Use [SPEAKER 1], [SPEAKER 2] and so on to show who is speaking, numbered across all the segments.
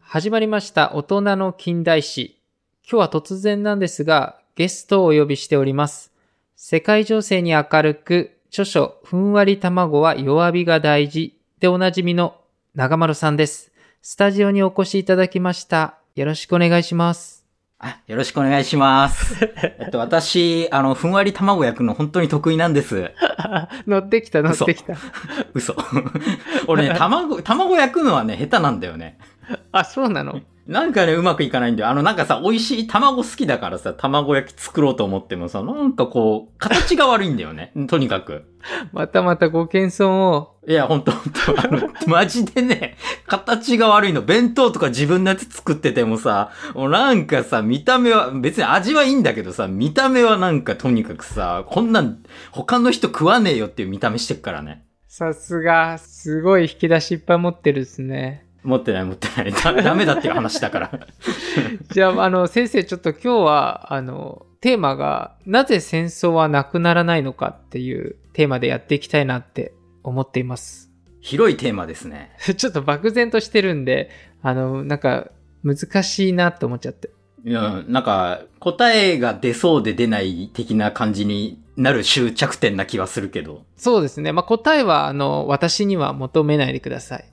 [SPEAKER 1] 始まりました大人の近代史。今日は突然なんですが、ゲストをお呼びしております。世界情勢に明るく、著書、ふんわり卵は弱火が大事でおなじみの長丸さんです。スタジオにお越しいただきました。よろしくお願いします。
[SPEAKER 2] あ、よろしくお願いします。えっと、私、あの、ふんわり卵焼くの本当に得意なんです。
[SPEAKER 1] 乗ってきた、乗っ
[SPEAKER 2] 乗ってて
[SPEAKER 1] きた。
[SPEAKER 2] 嘘。俺ね、卵、卵焼くのはね、下手なんだよね。
[SPEAKER 1] あ、そうなの
[SPEAKER 2] なんかね、うまくいかないんだよ。あの、なんかさ、美味しい卵好きだからさ、卵焼き作ろうと思ってもさ、なんかこう、形が悪いんだよね。とにかく。
[SPEAKER 1] またまたご謙遜を。
[SPEAKER 2] いや、ほんとほんと、あの、マジでね、形が悪いの。弁当とか自分のやつ作っててもさ、もうなんかさ、見た目は、別に味はいいんだけどさ、見た目はなんかとにかくさ、こんなん、他の人食わねえよっていう見た目してっからね。
[SPEAKER 1] さすが、すごい引き出しいっぱい持ってるですね。
[SPEAKER 2] 持ってない持ってない。だダメだっていう話だから。
[SPEAKER 1] じゃあ、あの、先生、ちょっと今日は、あの、テーマが、なぜ戦争はなくならないのかっていうテーマでやっていきたいなって思っています。
[SPEAKER 2] 広いテーマですね。
[SPEAKER 1] ちょっと漠然としてるんで、あの、なんか、難しいなと思っちゃって。
[SPEAKER 2] いや、なんか、答えが出そうで出ない的な感じになる終着点な気はするけ ど。
[SPEAKER 1] そうですね。まあ、答えは、あの、私には求めないでください。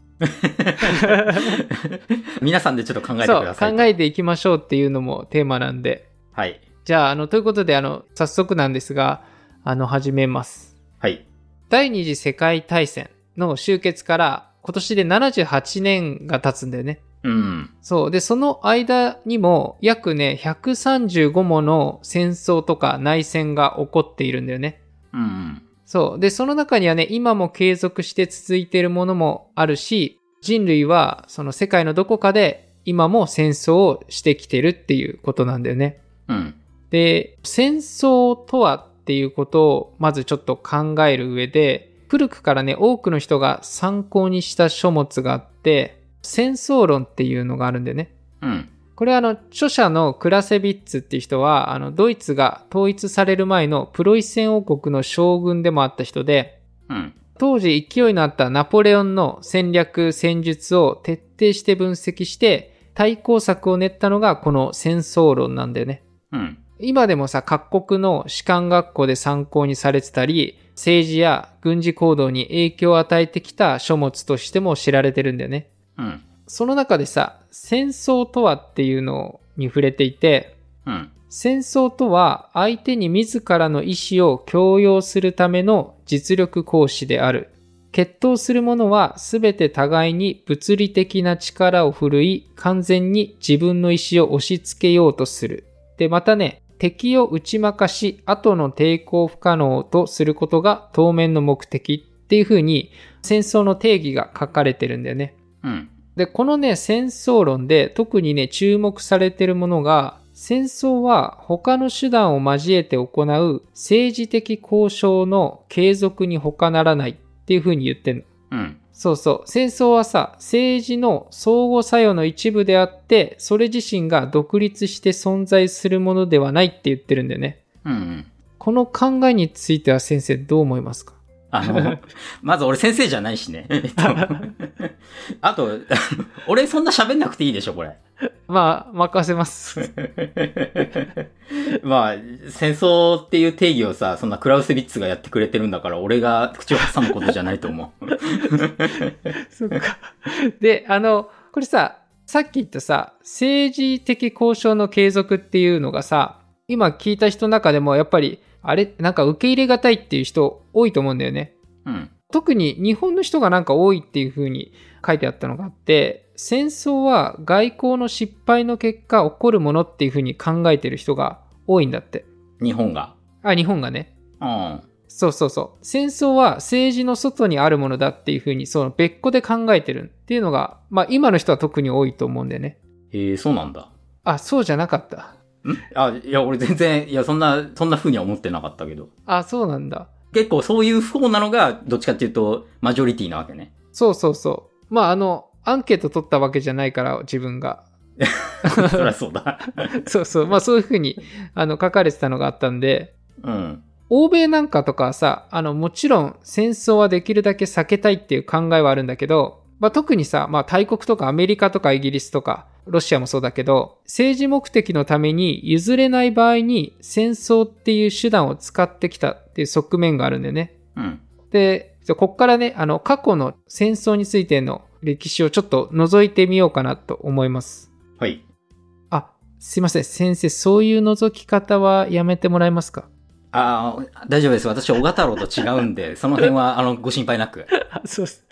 [SPEAKER 2] 皆さんでちょっと考えてく
[SPEAKER 1] そう、
[SPEAKER 2] ださい。
[SPEAKER 1] 考えていきましょうっていうのもテーマなんで。
[SPEAKER 2] はい。
[SPEAKER 1] じゃあ、あの、ということで、あの、早速なんですが、あの、始めます。
[SPEAKER 2] はい。
[SPEAKER 1] 第二次世界大戦の終結から今年で78年が経つんだよね。
[SPEAKER 2] うん。
[SPEAKER 1] そう。で、その間にも約ね、135もの戦争とか内戦が起こっているんだよね。
[SPEAKER 2] うんうん。
[SPEAKER 1] そう。で、その中にはね、今も継続して続いているものもあるし、人類はその世界のどこかで今も戦争をしてきてるっていうことなんだよね。
[SPEAKER 2] うん。
[SPEAKER 1] で、戦争とはっていうことをまずちょっと考える上で、古くからね、多くの人が参考にした書物があって、戦争論っていうのがあるんだよね。
[SPEAKER 2] うん。
[SPEAKER 1] これはあの、著者のクラセビッツっていう人は、あの、ドイツが統一される前のプロイセン王国の将軍でもあった人で、
[SPEAKER 2] うん。
[SPEAKER 1] 当時勢いのあったナポレオンの戦略戦術を徹底して分析して、対抗策を練ったのがこの戦争論なんだよね。
[SPEAKER 2] うん。
[SPEAKER 1] 今でもさ、各国の士官学校で参考にされてたり、政治や軍事行動に影響を与えてきた書物としても知られてるんだよね。
[SPEAKER 2] うん。
[SPEAKER 1] その中でさ、戦争とはっていうのに触れていて、
[SPEAKER 2] うん。
[SPEAKER 1] 戦争とは相手に自らの意思を強要するための実力行使である。決闘する者は全て互いに物理的な力を振るい、完全に自分の意思を押し付けようとする。で、またね、敵を打ち負かし、後の抵抗不可能とすることが当面の目的っていう風に戦争の定義が書かれてるんだよね。
[SPEAKER 2] うん。
[SPEAKER 1] で、このね、戦争論で特にね、注目されているものが、戦争は他の手段を交えて行う政治的交渉の継続に他ならないっていう風に言ってんの。
[SPEAKER 2] うん。
[SPEAKER 1] そうそう。戦争はさ、政治の相互作用の一部であって、それ自身が独立して存在するものではないって言ってるんだよね。
[SPEAKER 2] うん。
[SPEAKER 1] この考えについては先生どう思いますか
[SPEAKER 2] あの、まず俺先生じゃないしね。えっと、あと、あの俺そんな喋んなくていいでしょ、これ。
[SPEAKER 1] まあ、任せます。
[SPEAKER 2] まあ、戦争っていう定義をさ、そんなクラウス・ビッツがやってくれてるんだから、俺が口を挟むことじゃないと思う。
[SPEAKER 1] そっか。で、あの、これさ、さっき言ったさ、政治的交渉の継続っていうのがさ、今聞いた人の中でもやっぱり、あれ、なんか受け入れがたいっていう人多いと思うんだよね。
[SPEAKER 2] うん。
[SPEAKER 1] 特に日本の人がなんか多いっていう風に書いてあったのがあって、戦争は外交の失敗の結果起こるものっていう風に考えてる人が多いんだって。
[SPEAKER 2] 日本が。
[SPEAKER 1] あ、日本がね。
[SPEAKER 2] うん。
[SPEAKER 1] そうそうそう。戦争は政治の外にあるものだっていうふうに、その別個で考えてるっていうのが、まあ今の人は特に多いと思うんだよね。
[SPEAKER 2] えー、そうなんだ。
[SPEAKER 1] あ、そうじゃなかった。
[SPEAKER 2] んあ、いや、俺全然、いや、そんな、そんな風には思ってなかったけど。
[SPEAKER 1] あ、そうなんだ。
[SPEAKER 2] 結構そういう方なのが、どっちかっていうと、マジョリティなわけ ね。
[SPEAKER 1] そうそうそう。まああの、アンケート取ったわけじゃないから、自分が。
[SPEAKER 2] そりゃそうだ。
[SPEAKER 1] そうそう。まあそういうふうに、あの、書かれてたのがあったんで、
[SPEAKER 2] うん。
[SPEAKER 1] 欧米なんかとかはさ、あの、もちろん戦争はできるだけ避けたいっていう考えはあるんだけど、まあ、特にさ、まあ、大国とかアメリカとかイギリスとか、ロシアもそうだけど、政治目的のために譲れない場合に戦争っていう手段を使ってきたっていう側面があるんだよね。
[SPEAKER 2] うん。
[SPEAKER 1] で、じゃあこっからね、あの、過去の戦争についての歴史をちょっと覗いてみようかなと思います。
[SPEAKER 2] はい。
[SPEAKER 1] あ、すいません。先生、そういう覗き方はやめてもらえますか
[SPEAKER 2] ああ、大丈夫です。私、小賀太郎と違うん で、その辺は、あの、ご心配なく。
[SPEAKER 1] そうです。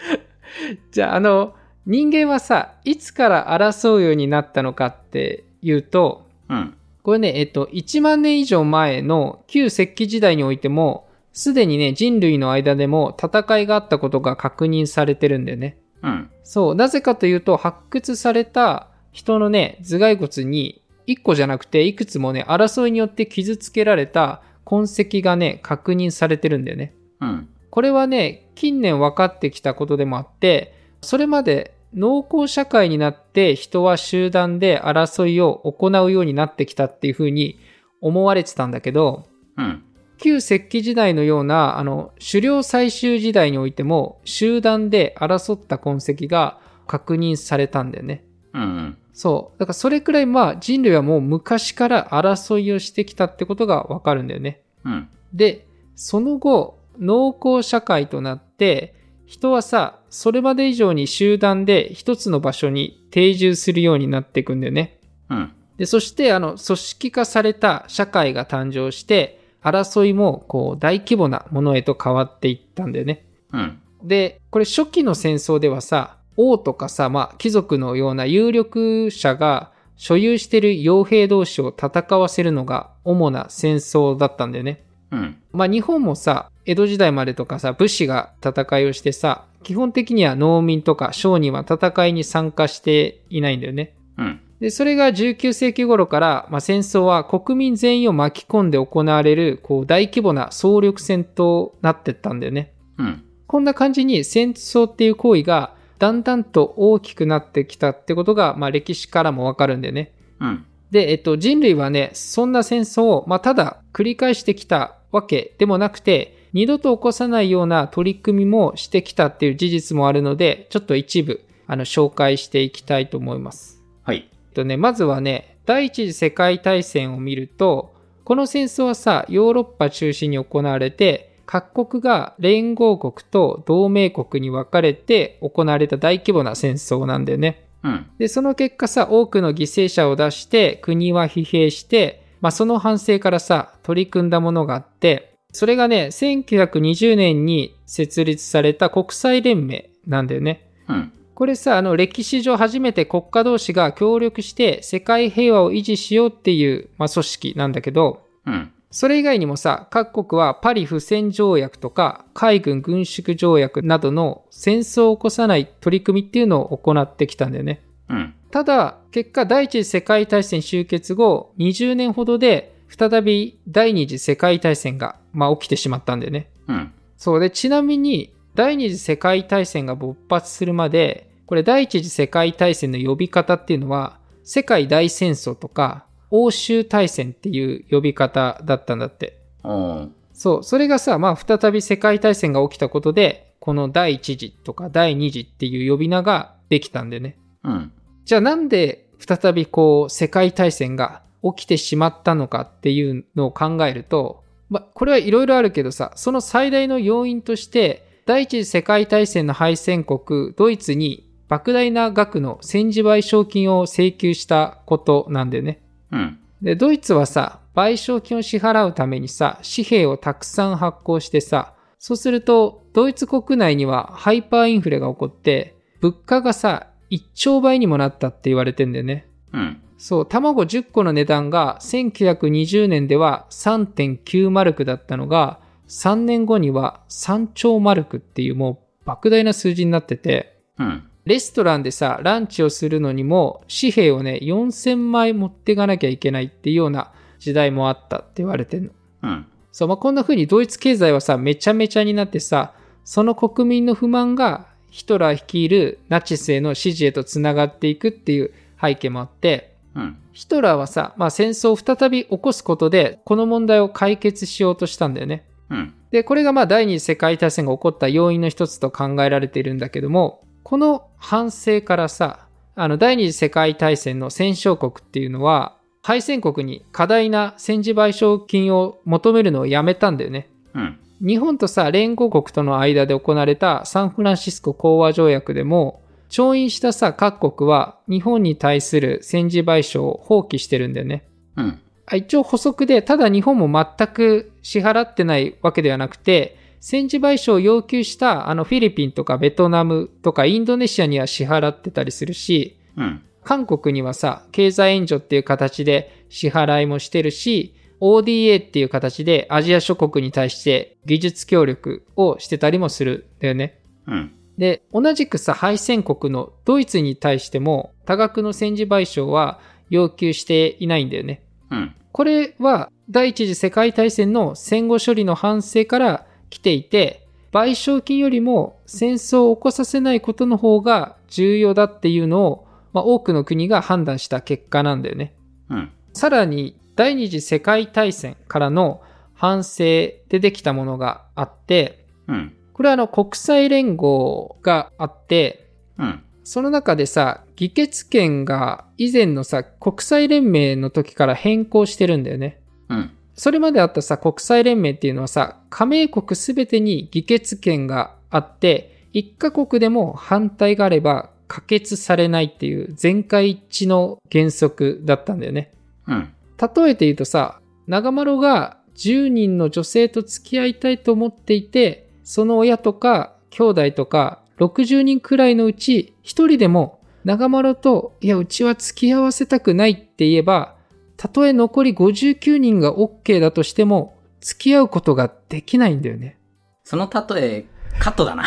[SPEAKER 1] じゃあ、あの、人間はさ、いつから争うようになったのかっていうと、
[SPEAKER 2] うん。
[SPEAKER 1] これね、えっと、1万年以上前の旧石器時代においても、すでにね、人類の間でも戦いがあったことが確認されてるんだよね。
[SPEAKER 2] うん。
[SPEAKER 1] そう、なぜかというと、発掘された人のね、頭蓋骨に、1個じゃなくて、いくつもね、争いによって傷つけられた痕跡がね、確認されてるんだよね。
[SPEAKER 2] うん。
[SPEAKER 1] これはね、近年分かってきたことでもあって、それまで農耕社会になって人は集団で争いを行うようになってきたっていうふうに思われてたんだけど、
[SPEAKER 2] うん。
[SPEAKER 1] 旧石器時代のようなあの狩猟採集時代においても集団で争った痕跡が確認されたんだよね。
[SPEAKER 2] うん。
[SPEAKER 1] そう。だからそれくらいまあ人類はもう昔から争いをしてきたってことがわかるんだよね。
[SPEAKER 2] うん。
[SPEAKER 1] で、その後、農耕社会となって、人はさ、それまで以上に集団で一つの場所に定住するようになっていくんだよね。
[SPEAKER 2] うん。
[SPEAKER 1] で、そして、あの、組織化された社会が誕生して、争いも、こう、大規模なものへと変わっていったんだよね。
[SPEAKER 2] うん。
[SPEAKER 1] で、これ初期の戦争ではさ、王とかさ、まあ、貴族のような有力者が所有している傭兵同士を戦わせるのが主な戦争だったんだよね。
[SPEAKER 2] うん。
[SPEAKER 1] まあ日本もさ、江戸時代までとかさ、武士が戦いをしてさ、基本的には農民とか商人は戦いに参加していないんだよね。
[SPEAKER 2] うん。
[SPEAKER 1] で、それが19世紀頃から、まあ、戦争は国民全員を巻き込んで行われる、こう、大規模な総力戦となってったんだよね。
[SPEAKER 2] うん。
[SPEAKER 1] こんな感じに戦争っていう行為が、だんだんと大きくなってきたってことが、まあ、歴史からもわかるんだよね。
[SPEAKER 2] うん。
[SPEAKER 1] で、えっと、人類はね、そんな戦争を、まあ、ただ繰り返してきたわけでもなくて、二度と起こさないような取り組みもしてきたっていう事実もあるので、ちょっと一部、あの、紹介していきたいと思います。
[SPEAKER 2] はい。
[SPEAKER 1] えっとね、まずはね、第一次世界大戦を見ると、この戦争はさ、ヨーロッパ中心に行われて、各国が連合国と同盟国に分かれて行われた大規模な戦争なんだよね。
[SPEAKER 2] うん。
[SPEAKER 1] で、その結果さ、多くの犠牲者を出して、国は疲弊して、まあ、その反省からさ、取り組んだものがあって、それがね、1920年に設立された国際連盟なんだよね。
[SPEAKER 2] うん。
[SPEAKER 1] これさ、あの、歴史上初めて国家同士が協力して世界平和を維持しようっていう、まあ、組織なんだけど、
[SPEAKER 2] うん。
[SPEAKER 1] それ以外にもさ、各国はパリ不戦条約とか海軍軍縮条約などの戦争を起こさない取り組みっていうのを行ってきたんだよね。
[SPEAKER 2] うん。
[SPEAKER 1] ただ、結果第一次世界大戦終結後、20年ほどで、再び第二次世界大戦が、まあ、起きてしまったんだよね。
[SPEAKER 2] うん。
[SPEAKER 1] そうで、ちなみに、第二次世界大戦が勃発するまで、これ第一次世界大戦の呼び方っていうのは、世界大戦争とか、欧州大戦っていう呼び方だったんだって。
[SPEAKER 2] おー
[SPEAKER 1] そう、それがさ、まあ、再び世界大戦が起きたことで、この第一次とか第二次っていう呼び名ができたんだよね。
[SPEAKER 2] うん。
[SPEAKER 1] じゃあなんで再びこう世界大戦が起きてしまったのかっていうのを考えると、まあ、これはいろいろあるけどさ、その最大の要因として、第一次世界大戦の敗戦国、ドイツに莫大な額の戦時賠償金を請求したことなんだよね。
[SPEAKER 2] うん。
[SPEAKER 1] で、ドイツはさ、賠償金を支払うためにさ、紙幣をたくさん発行してさ、そうすると、ドイツ国内にはハイパーインフレが起こって、物価がさ、1兆倍にもなったって言われてんだよね。
[SPEAKER 2] うん。
[SPEAKER 1] そう、卵10個の値段が1920年では3.9マルクだったのが、3年後には3兆マルクっていうもう莫大な数字になってて、
[SPEAKER 2] うん。
[SPEAKER 1] レストランでさ、ランチをするのにも、紙幣をね、4000枚持っていかなきゃいけないっていうような時代もあったって言われてんの。
[SPEAKER 2] うん。
[SPEAKER 1] そう、まあ、こんな風にドイツ経済はさ、めちゃめちゃになってさ、その国民の不満がヒトラー率いるナチスへの支持へとつながっていくっていう背景もあって、
[SPEAKER 2] うん。
[SPEAKER 1] ヒトラーはさ、まあ、戦争を再び起こすことで、この問題を解決しようとしたんだよね。
[SPEAKER 2] うん。
[SPEAKER 1] で、これがまあ第二次世界大戦が起こった要因の一つと考えられているんだけども、この反省からさあの第二次世界大戦の戦勝国っていうのは敗戦国に過大な戦時賠償金を求めるのをやめたんだよね
[SPEAKER 2] うん。
[SPEAKER 1] 日本とさ連合国との間で行われたサンフランシスコ講和条約でも調印したさ各国は日本に対する戦時賠償を放棄してるんだよね
[SPEAKER 2] うん。
[SPEAKER 1] あ一応補足で、ただ日本も全く支払ってないわけではなくて、戦時賠償を要求したあのフィリピンとかベトナムとかインドネシアには支払ってたりするし、
[SPEAKER 2] うん。
[SPEAKER 1] 韓国にはさ、経済援助っていう形で支払いもしてるし、ODA っていう形でアジア諸国に対して技術協力をしてたりもするんだよね。
[SPEAKER 2] うん。
[SPEAKER 1] で、同じくさ、敗戦国のドイツに対しても多額の戦時賠償は要求していないんだよね。
[SPEAKER 2] うん。
[SPEAKER 1] これは第一次世界大戦の戦後処理の反省から来ていて、賠償金よりも戦争を起こさせないことの方が重要だっていうのを、まあ、多くの国が判断した結果なんだよね。
[SPEAKER 2] うん。
[SPEAKER 1] さらに第二次世界大戦からの反省でできたものがあって、
[SPEAKER 2] うん。
[SPEAKER 1] これはあの国際連合があって、
[SPEAKER 2] うん。
[SPEAKER 1] その中でさ、議決権が以前のさ、国際連盟の時から変更してるんだよね。
[SPEAKER 2] うん。
[SPEAKER 1] それまであったさ、国際連盟っていうのはさ、加盟国すべてに議決権があって、一カ国でも反対があれば可決されないっていう全会一致の原則だったんだよね。
[SPEAKER 2] うん。
[SPEAKER 1] 例えて言うとさ、長丸が10人の女性と付き合いたいと思っていて、その親とか兄弟とか60人くらいのうち1人でも長丸と、いや、うちは付き合わせたくないって言えば、たとえ残り59人が OK だとしても、付き合うことができないんだよね。
[SPEAKER 2] その例え、カットだな。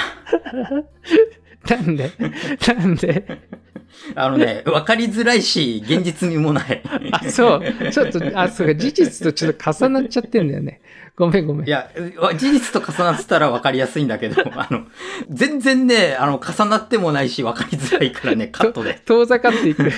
[SPEAKER 1] なんでなんで
[SPEAKER 2] あのね、わかりづらいし、現実味もない。
[SPEAKER 1] あ、そう。ちょっと、あ、そうか、事実とちょっと重なっちゃってんだよね。ごめんごめん。
[SPEAKER 2] いや、事実と重なってたらわかりやすいんだけど、あの、全然ね、あの、重なってもないし、わかりづらいからね、カットで。
[SPEAKER 1] 遠ざかっていく。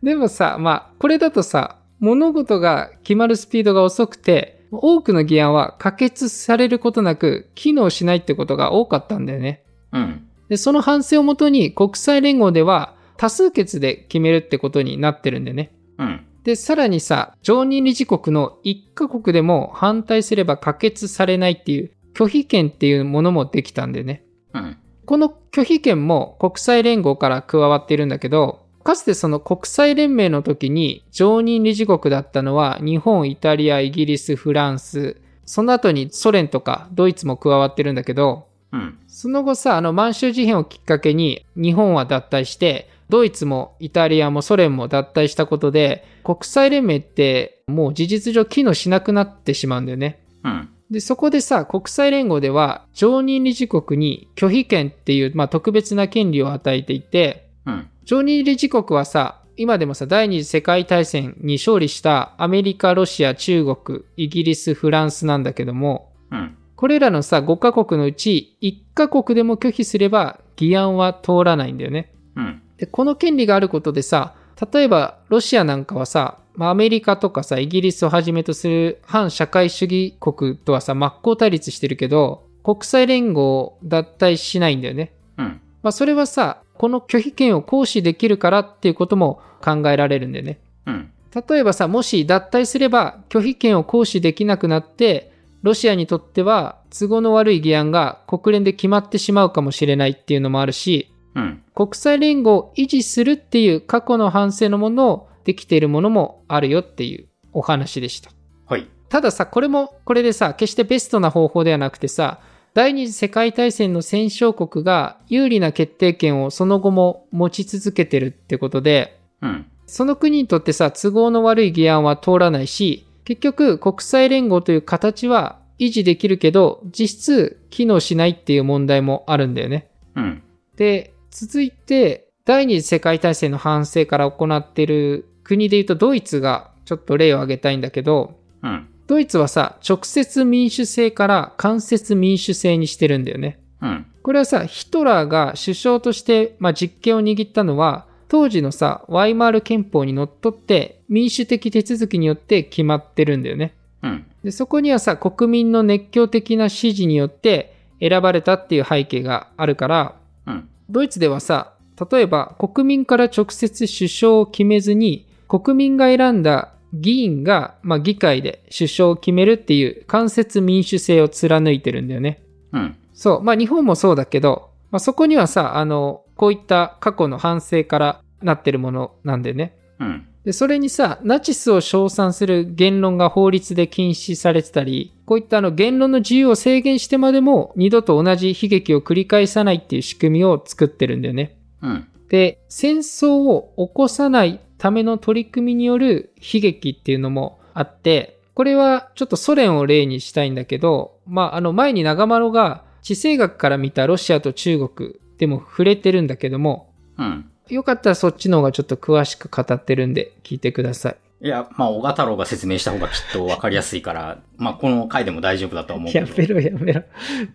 [SPEAKER 1] でもさ、まあ、これだとさ、物事が決まるスピードが遅くて、多くの議案は可決されることなく機能しないってことが多かったんだよね。
[SPEAKER 2] うん。
[SPEAKER 1] で、その反省をもとに国際連合では多数決で決めるってことになってるんだよね。
[SPEAKER 2] うん。
[SPEAKER 1] で、さらにさ、常任理事国の1カ国でも反対すれば可決されないっていう拒否権っていうものもできたんだよね。
[SPEAKER 2] うん。
[SPEAKER 1] この拒否権も国際連合から加わっているんだけど、かつてその国際連盟の時に常任理事国だったのは日本、イタリア、イギリス、フランス、その後にソ連とかドイツも加わってるんだけど、
[SPEAKER 2] うん。
[SPEAKER 1] その後さ、あの満州事変をきっかけに日本は脱退して、ドイツもイタリアもソ連も脱退したことで、国際連盟ってもう事実上機能しなくなってしまうんだよね。
[SPEAKER 2] うん。
[SPEAKER 1] で、そこでさ、国際連合では、常任理事国に拒否権っていう、まあ、特別な権利を与えていて、
[SPEAKER 2] うん。
[SPEAKER 1] 常任理事国はさ、今でもさ、第二次世界大戦に勝利したアメリカ、ロシア、中国、イギリス、フランスなんだけども、
[SPEAKER 2] うん。
[SPEAKER 1] これらのさ、5カ国のうち、1カ国でも拒否すれば、議案は通らないんだよね。
[SPEAKER 2] うん。
[SPEAKER 1] で、この権利があることでさ、例えばロシアなんかはさ、まあ、アメリカとかさ、イギリスをはじめとする反社会主義国とはさ、真っ向対立してるけど、国際連合を脱退しないんだよね。
[SPEAKER 2] うん。
[SPEAKER 1] まあ、それはさ、この拒否権を行使できるからっていうことも考えられるんだよね。
[SPEAKER 2] うん。
[SPEAKER 1] 例えばさ、もし脱退すれば拒否権を行使できなくなって、ロシアにとっては都合の悪い議案が国連で決まってしまうかもしれないっていうのもあるし、
[SPEAKER 2] うん。
[SPEAKER 1] 国際連合を維持するっていう過去の反省のものをできているものもあるよっていうお話でした。
[SPEAKER 2] はい。
[SPEAKER 1] たださ、これもこれでさ、決してベストな方法ではなくてさ、第二次世界大戦の戦勝国が有利な決定権をその後も持ち続けてるってことで、
[SPEAKER 2] うん。
[SPEAKER 1] その国にとってさ、都合の悪い議案は通らないし、結局国際連合という形は維持できるけど、実質機能しないっていう問題もあるんだよね。
[SPEAKER 2] うん。
[SPEAKER 1] で、続いて、第二次世界大戦の反省から行っている国で言うとドイツがちょっと例を挙げたいんだけど、
[SPEAKER 2] うん。
[SPEAKER 1] ドイツはさ、直接民主制から間接民主制にしてるんだよね。
[SPEAKER 2] うん。
[SPEAKER 1] これはさ、ヒトラーが首相として、まあ、実権を握ったのは、当時のさ、ワイマール憲法にのっとって民主的手続きによって決まってるんだよね。
[SPEAKER 2] うん。
[SPEAKER 1] でそこにはさ国民の熱狂的な支持によって選ばれたっていう背景があるから
[SPEAKER 2] うん。
[SPEAKER 1] ドイツではさ、例えば国民から直接首相を決めずに、国民が選んだ議員が、まあ、議会で首相を決めるっていう間接民主制を貫いてるんだよね。
[SPEAKER 2] うん。
[SPEAKER 1] そう、まあ日本もそうだけど、まあ、そこにはさ、あの、こういった過去の反省からなってるものなんだよね。
[SPEAKER 2] うん。
[SPEAKER 1] で、それにさ、ナチスを称賛する言論が法律で禁止されてたり、こういったあの言論の自由を制限してまでも二度と同じ悲劇を繰り返さないっていう仕組みを作ってるんだよね。
[SPEAKER 2] うん。
[SPEAKER 1] で、戦争を起こさないための取り組みによる悲劇っていうのもあって、これはちょっとソ連を例にしたいんだけど、まあ、あの前に長丸が地政学から見たロシアと中国でも触れてるんだけども、
[SPEAKER 2] うん。
[SPEAKER 1] よかったらそっちの方がちょっと詳しく語ってるんで聞いてください。
[SPEAKER 2] いや、まあ、小太郎が説明した方がきっとわかりやすいから、 まあ、この回でも大丈夫だとは思うけ
[SPEAKER 1] や
[SPEAKER 2] ど。
[SPEAKER 1] めろやめろ。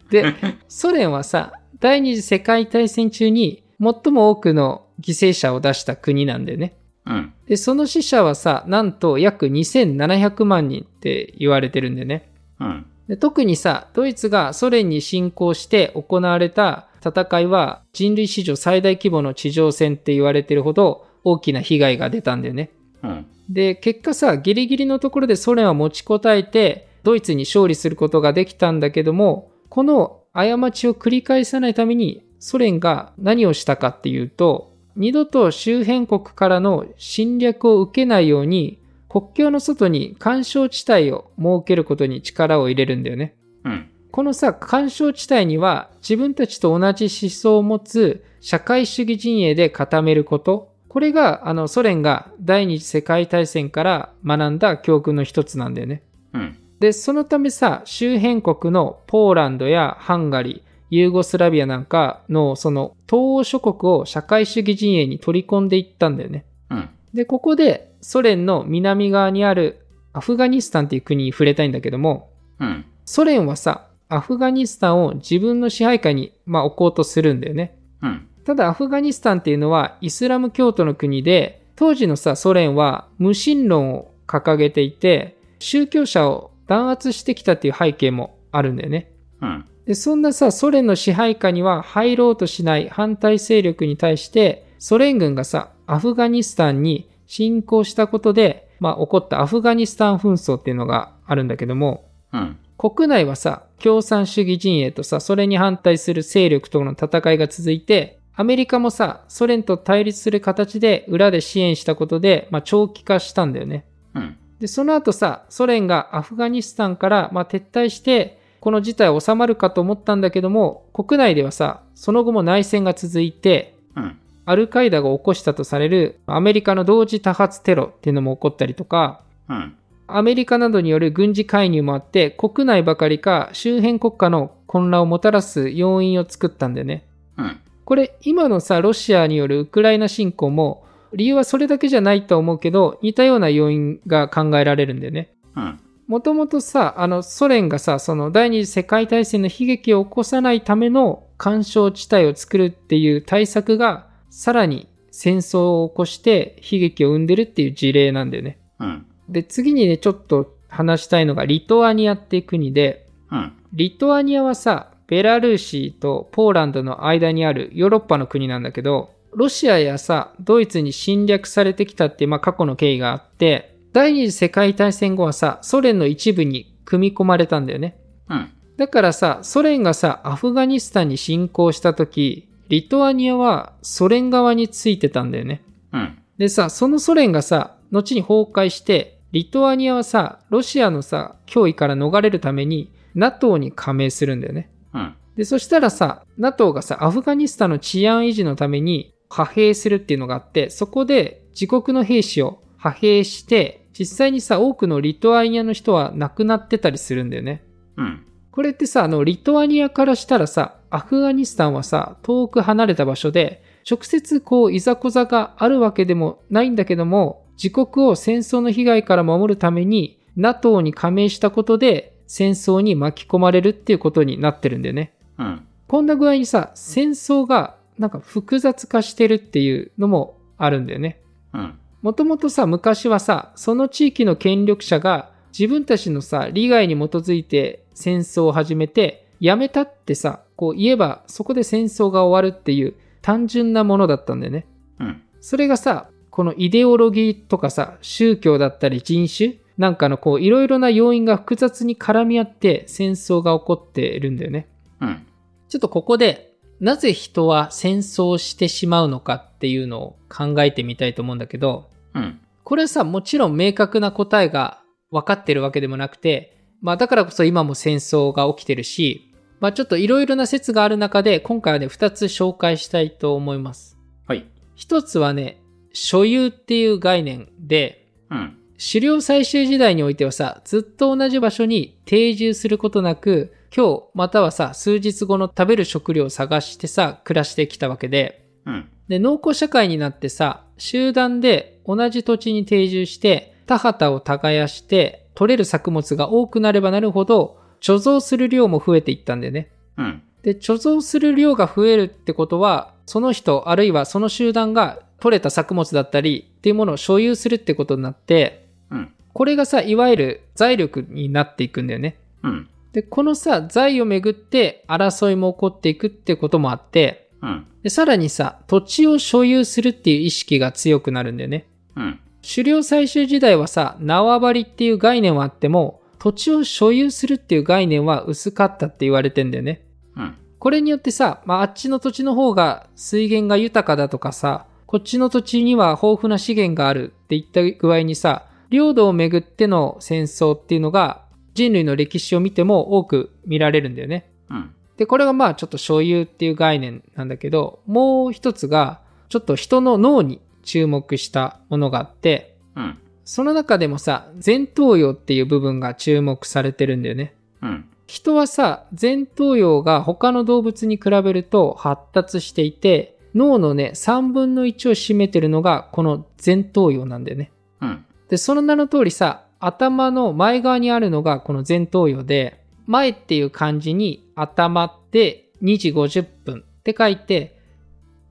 [SPEAKER 1] で、ソ連はさ、第二次世界大戦中に最も多くの犠牲者を出した国なんだよね。
[SPEAKER 2] うん。
[SPEAKER 1] で、その死者はさ、なんと約2700万人って言われてるんでね。
[SPEAKER 2] うん。
[SPEAKER 1] で特にさ、ドイツがソ連に侵攻して行われた戦いは人類史上最大規模の地上戦って言われてるほど大きな被害が出たんだよね。
[SPEAKER 2] うん。
[SPEAKER 1] で、結果さ、ギリギリのところでソ連は持ちこたえて、ドイツに勝利することができたんだけども、この過ちを繰り返さないために、ソ連が何をしたかっていうと、二度と周辺国からの侵略を受けないように、国境の外に干渉地帯を設けることに力を入れるんだよね。
[SPEAKER 2] うん。
[SPEAKER 1] このさ、干渉地帯には自分たちと同じ思想を持つ社会主義陣営で固めること。これが、あの、ソ連が第二次世界大戦から学んだ教訓の一つなんだよね。
[SPEAKER 2] うん。
[SPEAKER 1] で、そのためさ、周辺国のポーランドやハンガリー、ユーゴスラビアなんかの、その、東欧諸国を社会主義陣営に取り込んでいったんだよね。
[SPEAKER 2] うん。
[SPEAKER 1] で、ここでソ連の南側にあるアフガニスタンっていう国に触れたいんだけども、
[SPEAKER 2] うん。
[SPEAKER 1] ソ連はさ、アフガニスタンを自分の支配下に、まあ、置こうとするんだよね。
[SPEAKER 2] うん。
[SPEAKER 1] ただアフガニスタンっていうのはイスラム教徒の国で、当時のさ、ソ連は無神論を掲げていて、宗教者を弾圧してきたっていう背景もあるんだよね。
[SPEAKER 2] うん。
[SPEAKER 1] で、そんなさ、ソ連の支配下には入ろうとしない反対勢力に対して、ソ連軍がさ、アフガニスタンに侵攻したことで、まあ、起こったアフガニスタン紛争っていうのがあるんだけども、
[SPEAKER 2] うん。
[SPEAKER 1] 国内はさ、共産主義陣営とさ、それに反対する勢力との戦いが続いて、アメリカもさ、ソ連と対立する形で裏で支援したことで、まあ、長期化したんだよね。
[SPEAKER 2] うん。
[SPEAKER 1] で、その後さ、ソ連がアフガニスタンから、まあ、撤退して、この事態収まるかと思ったんだけども、国内ではさ、その後も内戦が続いて、
[SPEAKER 2] うん。
[SPEAKER 1] アルカイダが起こしたとされるアメリカの同時多発テロっていうのも起こったりとか、
[SPEAKER 2] うん。
[SPEAKER 1] アメリカなどによる軍事介入もあって、国内ばかりか周辺国家の混乱をもたらす要因を作ったんだよね。
[SPEAKER 2] うん。
[SPEAKER 1] これ、今のさ、ロシアによるウクライナ侵攻も、理由はそれだけじゃないとは思うけど、似たような要因が考えられるんだよね。
[SPEAKER 2] うん。
[SPEAKER 1] もともとさ、あの、ソ連がさ、その第二次世界大戦の悲劇を起こさないための干渉地帯を作るっていう対策が、さらに戦争を起こして悲劇を生んでるっていう事例なんだよね。
[SPEAKER 2] うん。
[SPEAKER 1] で、次にね、ちょっと話したいのがリトアニアっていう国で、
[SPEAKER 2] うん。
[SPEAKER 1] リトアニアはさ、ベラルーシとポーランドの間にあるヨーロッパの国なんだけど、ロシアやさ、ドイツに侵略されてきたっていう、まあ、過去の経緯があって、第二次世界大戦後はさ、ソ連の一部に組み込まれたんだよね。
[SPEAKER 2] うん。
[SPEAKER 1] だからさ、ソ連がさ、アフガニスタンに侵攻した時、リトアニアはソ連側についてたんだよね。
[SPEAKER 2] うん。
[SPEAKER 1] でさ、そのソ連がさ、後に崩壊して、リトアニアはさ、ロシアのさ、脅威から逃れるために、NATO に加盟するんだよね。
[SPEAKER 2] うん。
[SPEAKER 1] で、そしたらさ、NATO がさ、アフガニスタンの治安維持のために派兵するっていうのがあって、そこで自国の兵士を派兵して、実際にさ、多くのリトアニアの人は亡くなってたりするんだよね。
[SPEAKER 2] うん。
[SPEAKER 1] これってさ、あの、リトアニアからしたらさ、アフガニスタンはさ、遠く離れた場所で、直接こう、いざこざがあるわけでもないんだけども、自国を戦争の被害から守るために、NATO に加盟したことで、戦争に巻き込まれるっていうことになってるんだよね。
[SPEAKER 2] うん。
[SPEAKER 1] こんな具合にさ、戦争がなんか複雑化してるっていうのもあるんだよね。
[SPEAKER 2] うん。
[SPEAKER 1] もともとさ、昔はさ、その地域の権力者が自分たちのさ、利害に基づいて戦争を始めて、やめたってさ、こう言えばそこで戦争が終わるっていう単純なものだったんだよね。
[SPEAKER 2] うん。
[SPEAKER 1] それがさ、このイデオロギーとかさ、宗教だったり人種なんかのこういろいろな要因が複雑に絡み合って戦争が起こっているんだよね。
[SPEAKER 2] うん。
[SPEAKER 1] ちょっとここで、なぜ人は戦争をしてしまうのかっていうのを考えてみたいと思うんだけど、
[SPEAKER 2] うん。
[SPEAKER 1] これはさ、もちろん明確な答えが分かってるわけでもなくて、まあだからこそ今も戦争が起きてるし、まあちょっといろいろな説がある中で、今回はね、2つ紹介したいと思います。
[SPEAKER 2] はい。
[SPEAKER 1] 1つはね、所有っていう概念で、
[SPEAKER 2] うん。
[SPEAKER 1] 狩猟採集時代においてはさ、ずっと同じ場所に定住することなく、今日またはさ、数日後の食べる食料を探してさ、暮らしてきたわけで、
[SPEAKER 2] うん。
[SPEAKER 1] で、農耕社会になってさ、集団で同じ土地に定住して、田畑を耕して、取れる作物が多くなればなるほど、貯蔵する量も増えていったんだよね。
[SPEAKER 2] うん。
[SPEAKER 1] で、貯蔵する量が増えるってことは、その人、あるいはその集団が取れた作物だったりっていうものを所有するってことになって、
[SPEAKER 2] うん。
[SPEAKER 1] これがさ、いわゆる財力になっていくんだよね。
[SPEAKER 2] うん。
[SPEAKER 1] で、このさ、財をめぐって争いも起こっていくってこともあって、
[SPEAKER 2] うん。
[SPEAKER 1] で、さらにさ、土地を所有するっていう意識が強くなるんだよね。
[SPEAKER 2] うん。
[SPEAKER 1] 狩猟採集時代はさ、縄張りっていう概念はあっても、土地を所有するっていう概念は薄かったって言われてんだよね。
[SPEAKER 2] うん。
[SPEAKER 1] これによってさ、まあ、あっちの土地の方が水源が豊かだとかさ、こっちの土地には豊富な資源があるっていった具合にさ、領土をめぐっての戦争っていうのが人類の歴史を見ても多く見られるんだよね。
[SPEAKER 2] うん。
[SPEAKER 1] で、これがまあちょっと所有っていう概念なんだけど、もう一つが、ちょっと人の脳に注目したものがあって、
[SPEAKER 2] うん。
[SPEAKER 1] その中でもさ、前頭葉っていう部分が注目されてるんだよね。
[SPEAKER 2] うん。
[SPEAKER 1] 人はさ、前頭葉が他の動物に比べると発達していて、脳のね、3分の1を占めてるのがこの前頭葉なんだよね。
[SPEAKER 2] うん。
[SPEAKER 1] で、その名の通りさ、頭の前側にあるのがこの前頭葉で、前っていう漢字に頭って2時50分って書いて、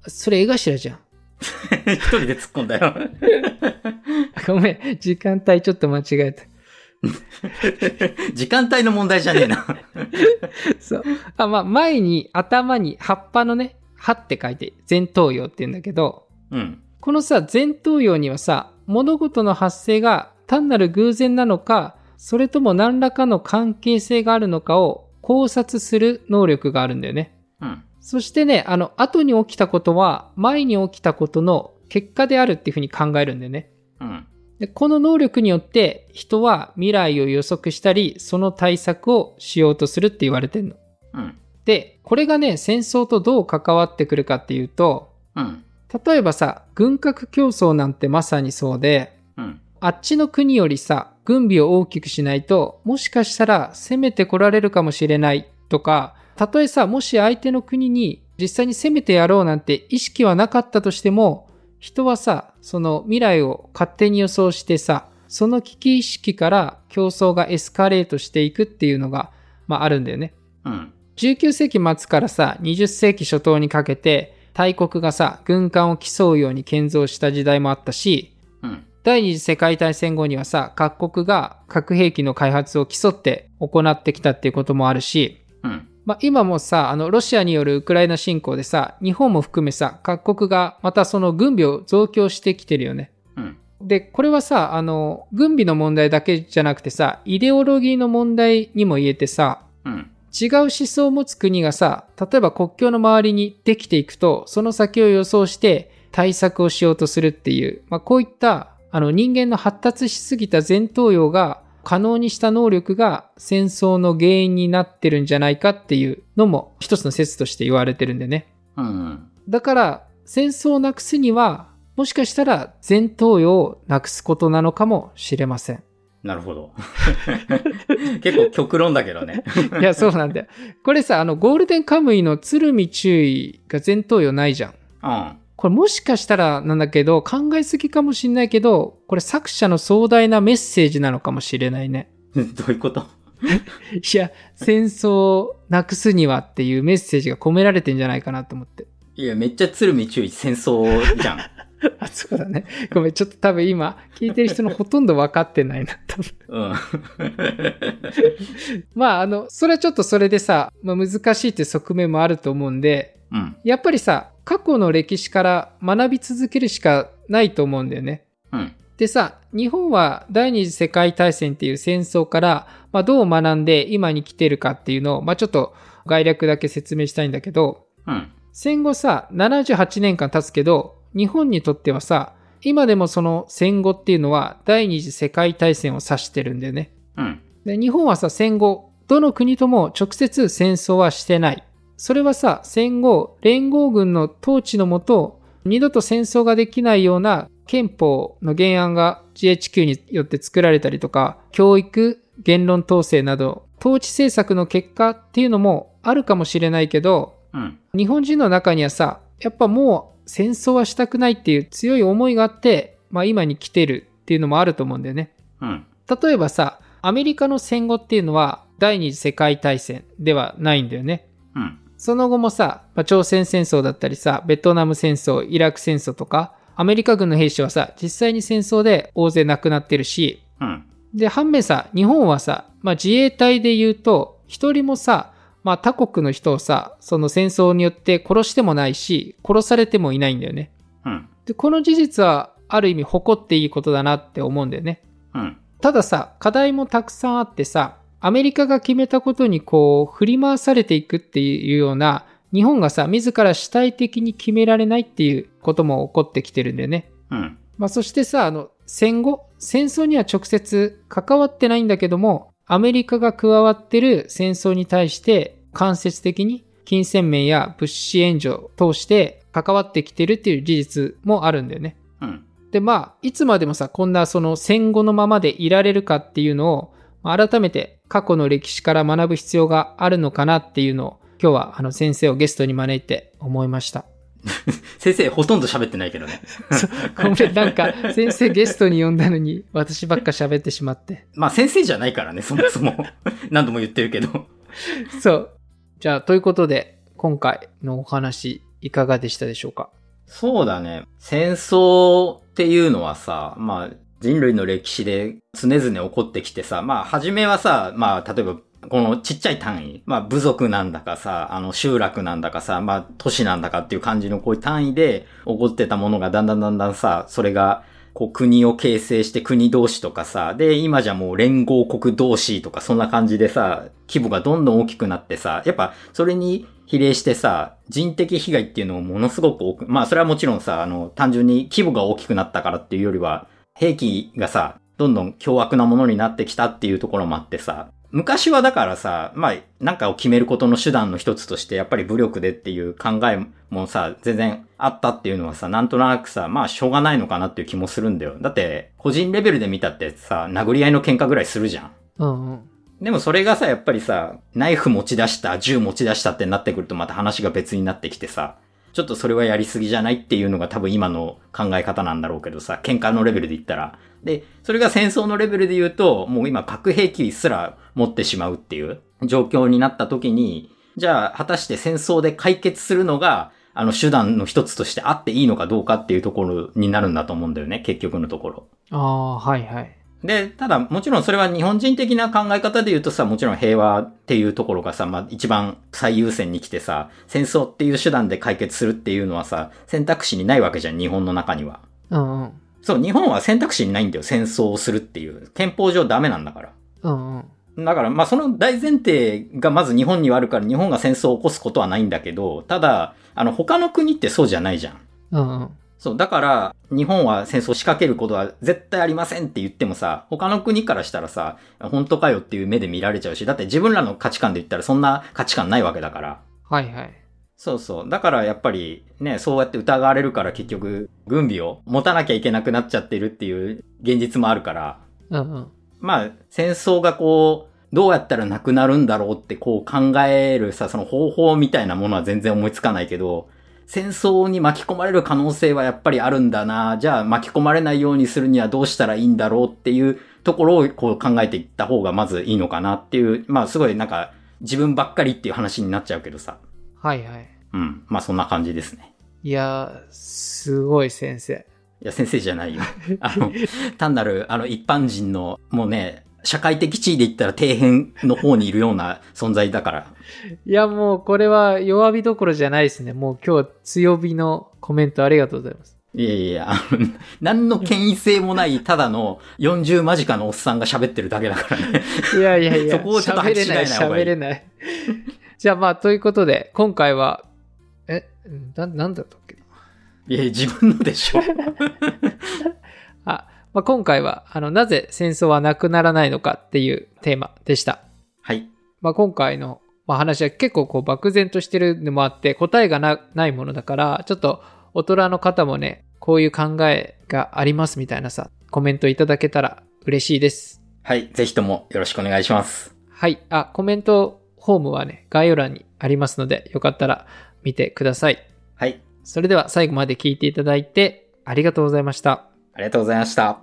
[SPEAKER 1] それ絵頭じゃん。
[SPEAKER 2] 一人で突っ込んだよ。
[SPEAKER 1] ごめん、時間帯ちょっと間違えた。
[SPEAKER 2] 時間帯の問題じゃねえな。
[SPEAKER 1] そう。あ、まあ、前に頭に葉っぱのね、葉って書いて前頭葉って言うんだけど、
[SPEAKER 2] うん。
[SPEAKER 1] このさ、前頭葉にはさ、物事の発生が単なる偶然なのか、それとも何らかの関係性があるのかを考察する能力があるんだよね。
[SPEAKER 2] うん。
[SPEAKER 1] そしてね、あの、後に起きたことは、前に起きたことの結果であるっていうふうに考えるんだよね。
[SPEAKER 2] うん。
[SPEAKER 1] で、この能力によって、人は未来を予測したり、その対策をしようとするって言われてんの。
[SPEAKER 2] うん。
[SPEAKER 1] で、これがね、戦争とどう関わってくるかっていうと、
[SPEAKER 2] うん。
[SPEAKER 1] 例えばさ、軍拡競争なんてまさにそうで、
[SPEAKER 2] うん。
[SPEAKER 1] あっちの国よりさ、軍備を大きくしないと、もしかしたら攻めてこられるかもしれないとか、たとえさ、もし相手の国に実際に攻めてやろうなんて意識はなかったとしても、人はさ、その未来を勝手に予想してさ、その危機意識から競争がエスカレートしていくっていうのが、まああるんだよね。
[SPEAKER 2] うん。
[SPEAKER 1] 19世紀末からさ、20世紀初頭にかけて、大国がさ、軍艦を競うように建造した時代もあったし、
[SPEAKER 2] うん。
[SPEAKER 1] 第二次世界大戦後にはさ、各国が核兵器の開発を競って行ってきたっていうこともあるし、
[SPEAKER 2] うん。
[SPEAKER 1] まあ、今もさ、あの、ロシアによるウクライナ侵攻でさ、日本も含めさ、各国がまたその軍備を増強してきてるよね。
[SPEAKER 2] うん。
[SPEAKER 1] で、これはさ、あの、軍備の問題だけじゃなくてさ、イデオロギーの問題にも言えてさ、
[SPEAKER 2] うん。
[SPEAKER 1] 違う思想を持つ国がさ、例えば国境の周りにできていくと、その先を予想して対策をしようとするっていう、まあ、こういったあの人間の発達しすぎた前頭葉が可能にした能力が戦争の原因になってるんじゃないかっていうのも一つの説として言われてるんでね。
[SPEAKER 2] うん。
[SPEAKER 1] だから戦争をなくすには、もしかしたら前頭葉をなくすことなのかもしれません。
[SPEAKER 2] なるほど。 結構極論だけどね。
[SPEAKER 1] いや、そうなんだよ。これさ、あの、ゴールデンカムイの鶴見注意が前頭葉ないじゃん。
[SPEAKER 2] うん。
[SPEAKER 1] これもしかしたらなんだけど、考えすぎかもしんないけど、これ作者の壮大なメッセージなのかもしれないね。
[SPEAKER 2] どういうこと
[SPEAKER 1] いや、戦争をなくすにはっていうメッセージが込められてんじゃないかなと思って。
[SPEAKER 2] いや、めっちゃ鶴見注意戦争じゃん。
[SPEAKER 1] あ、そうだね。ごめん、ちょっと多分今、聞いてる人のほとんど分かってないな、多分。
[SPEAKER 2] うん。
[SPEAKER 1] まあ、あの、それはちょっとそれでさ、まあ難しいっていう側面もあると思うんで、
[SPEAKER 2] うん。
[SPEAKER 1] やっぱりさ、過去の歴史から学び続けるしかないと思うんだよね。
[SPEAKER 2] うん。
[SPEAKER 1] でさ、日本は第二次世界大戦っていう戦争から、まあ、どう学んで今に来てるかっていうのを、まあ、ちょっと概略だけ説明したいんだけど、
[SPEAKER 2] うん。
[SPEAKER 1] 戦後さ、78年間経つけど、日本にとってはさ、今でもその戦後っていうのは第二次世界大戦を指してるんだよね。
[SPEAKER 2] うん。
[SPEAKER 1] で日本はさ戦後どの国とも直接戦争はしてないそれはさ戦後連合軍の統治のもと二度と戦争ができないような憲法の原案が GHQ によって作られたりとか教育言論統制など統治政策の結果っていうのもあるかもしれないけど
[SPEAKER 2] うん。
[SPEAKER 1] 日本人の中にはさやっぱもう戦争はしたくないっていう強い思いがあって、まあ、今に来てるっていうのもあると思うんだよね。
[SPEAKER 2] うん。
[SPEAKER 1] 例えばさアメリカの戦後っていうのは第二次世界大戦ではないんだよね
[SPEAKER 2] うん。
[SPEAKER 1] その後もさ、まあ朝鮮戦争だったりさベトナム戦争イラク戦争とかアメリカ軍の兵士はさ実際に戦争で大勢亡くなってるし
[SPEAKER 2] うん。
[SPEAKER 1] で反面さ日本はさ、まあ、自衛隊で言うと一人もさ、まあ、他国の人をさその戦争によって殺してもないし殺されてもいないんだよね
[SPEAKER 2] うん。
[SPEAKER 1] でこの事実はある意味誇っていいことだなって思うんだよね
[SPEAKER 2] うん。
[SPEAKER 1] たださ課題もたくさんあってさアメリカが決めたことにこう振り回されていくっていうような日本がさ自ら主体的に決められないっていうことも起こってきてるんだよね、
[SPEAKER 2] うん。
[SPEAKER 1] まあ、そしてさあの戦後戦争には直接関わってないんだけどもアメリカが加わってる戦争に対して間接的に金銭面や物資援助を通して関わってきてるっていう事実もあるんだよね
[SPEAKER 2] うん。
[SPEAKER 1] でまあいつまでもさこんなその戦後のままでいられるかっていうのをまあ改めて過去の歴史から学ぶ必要があるのかなっていうのを今日はあの先生をゲストに招いて思いま した。
[SPEAKER 2] 先生、ほとんど喋ってないけどね。
[SPEAKER 1] ごめんなんか先生ゲストに呼んだのに私ばっか喋ってしまって。
[SPEAKER 2] まあ、先生じゃないからね、そも そも。何度も言ってるけど。
[SPEAKER 1] そう。じゃあということで今回のお話いかがでしたでしょうか
[SPEAKER 2] そうだね。戦争っていうのはさ、まあ、人類の歴史で常々起こってきてさ、まあ、初めはさ、まあ、例えば、このちっちゃい単位、まあ、部族なんだかさ、あの、集落なんだかさ、まあ、都市なんだかっていう感じのこういう単位で起こってたものがだんだんだんだんさ、それが、こう国を形成して国同士とかさ、で、今じゃもう連合国同士とかそんな感じでさ、規模がどんどん大きくなってさ、やっぱそれに比例してさ、人的被害っていうのをものすごく多く、まあそれはもちろんさ、あの、単純に規模が大きくなったからっていうよりは、兵器がさ、どんどん凶悪なものになってきたっていうところもあってさ、昔はだからさ、まあ、なんかを決めることの手段の一つとして、やっぱり武力でっていう考えもさ、全然あったっていうのはさ、なんとなくさ、まあ、しょうがないのかなっていう気もするんだよ。だって、個人レベルで見たってさ、殴り合いの喧嘩ぐらいするじゃん。
[SPEAKER 1] うんうん。
[SPEAKER 2] でもそれがさ、やっぱりさ、ナイフ持ち出した、銃持ち出したってなってくるとまた話が別になってきてさ、ちょっとそれはやりすぎじゃないっていうのが多分今の考え方なんだろうけどさ、喧嘩のレベルで言ったら。で、それが戦争のレベルで言うと、もう今核兵器すら持ってしまうっていう状況になった時に、じゃあ果たして戦争で解決するのが、あの手段の一つとしてあっていいのかどうかっていうところになるんだと思うんだよね、結局のところ。
[SPEAKER 1] ああはいはい。
[SPEAKER 2] で、ただ、もちろんそれは日本人的な考え方で言うとさ、もちろん平和っていうところがさ、まあ一番最優先に来てさ、戦争っていう手段で解決するっていうのはさ、選択肢にないわけじゃん、日本の中には。
[SPEAKER 1] うんうん。
[SPEAKER 2] そう、日本は選択肢にないんだよ、戦争をするっていう。憲法上ダメなんだから。
[SPEAKER 1] うんうん。
[SPEAKER 2] だから、まあ、その大前提がまず日本にはあるから、日本が戦争を起こすことはないんだけど、ただ、あの、他の国ってそうじゃないじゃん。
[SPEAKER 1] うんうん。
[SPEAKER 2] そう、だから、日本は戦争を仕掛けることは絶対ありませんって言ってもさ、他の国からしたらさ、本当かよっていう目で見られちゃうし、だって自分らの価値観で言ったらそんな価値観ないわけだから。
[SPEAKER 1] はいはい。
[SPEAKER 2] そうそう。だからやっぱりね、そうやって疑われるから結局、軍備を持たなきゃいけなくなっちゃってるっていう現実もあるから、
[SPEAKER 1] うんうん。
[SPEAKER 2] まあ、戦争がこう、どうやったらなくなるんだろうってこう考えるさ、その方法みたいなものは全然思いつかないけど、戦争に巻き込まれる可能性はやっぱりあるんだな。じゃあ巻き込まれないようにするにはどうしたらいいんだろうっていうところをこう考えていった方がまずいいのかなっていう、まあすごいなんか自分ばっかりっていう話になっちゃうけどさ。
[SPEAKER 1] はいはい。
[SPEAKER 2] うん。まあそんな感じですね。
[SPEAKER 1] いやー、すごい先生。
[SPEAKER 2] いや、先生じゃないよ。あの、単なる、あの、一般人の、もうね、社会的地位で言ったら底辺の方にいるような存在だから。
[SPEAKER 1] いや、もうこれは弱火どころじゃないですね。もう今日は強火のコメントありがとうございます。
[SPEAKER 2] いやいや、あの、何の権威性もない、ただの40間近のおっさんが喋ってるだけだからね。
[SPEAKER 1] いやいやいや、
[SPEAKER 2] そこをちょっと
[SPEAKER 1] 喋れない、
[SPEAKER 2] 違えない方がいい
[SPEAKER 1] 喋れない。じゃあまあ、ということで、今回は、え、な、なんだったっけ
[SPEAKER 2] いや、自分のでしょ。
[SPEAKER 1] あ、まあ、今回は、あの、なぜ戦争はなくならないのかっていうテーマでした。
[SPEAKER 2] はい。
[SPEAKER 1] まあ、今回の、まあ、話は結構こう漠然としてるのもあって答えがなないものだからちょっと大人の方もねこういう考えがありますみたいなさコメントいただけたら嬉しいです
[SPEAKER 2] はい。ぜひともよろしくお願いします。
[SPEAKER 1] はいあコメントフォームはね概要欄にありますのでよかったら見てください
[SPEAKER 2] はい。
[SPEAKER 1] それでは最後まで聞いていただいてありがとうございました
[SPEAKER 2] ありがとうございました。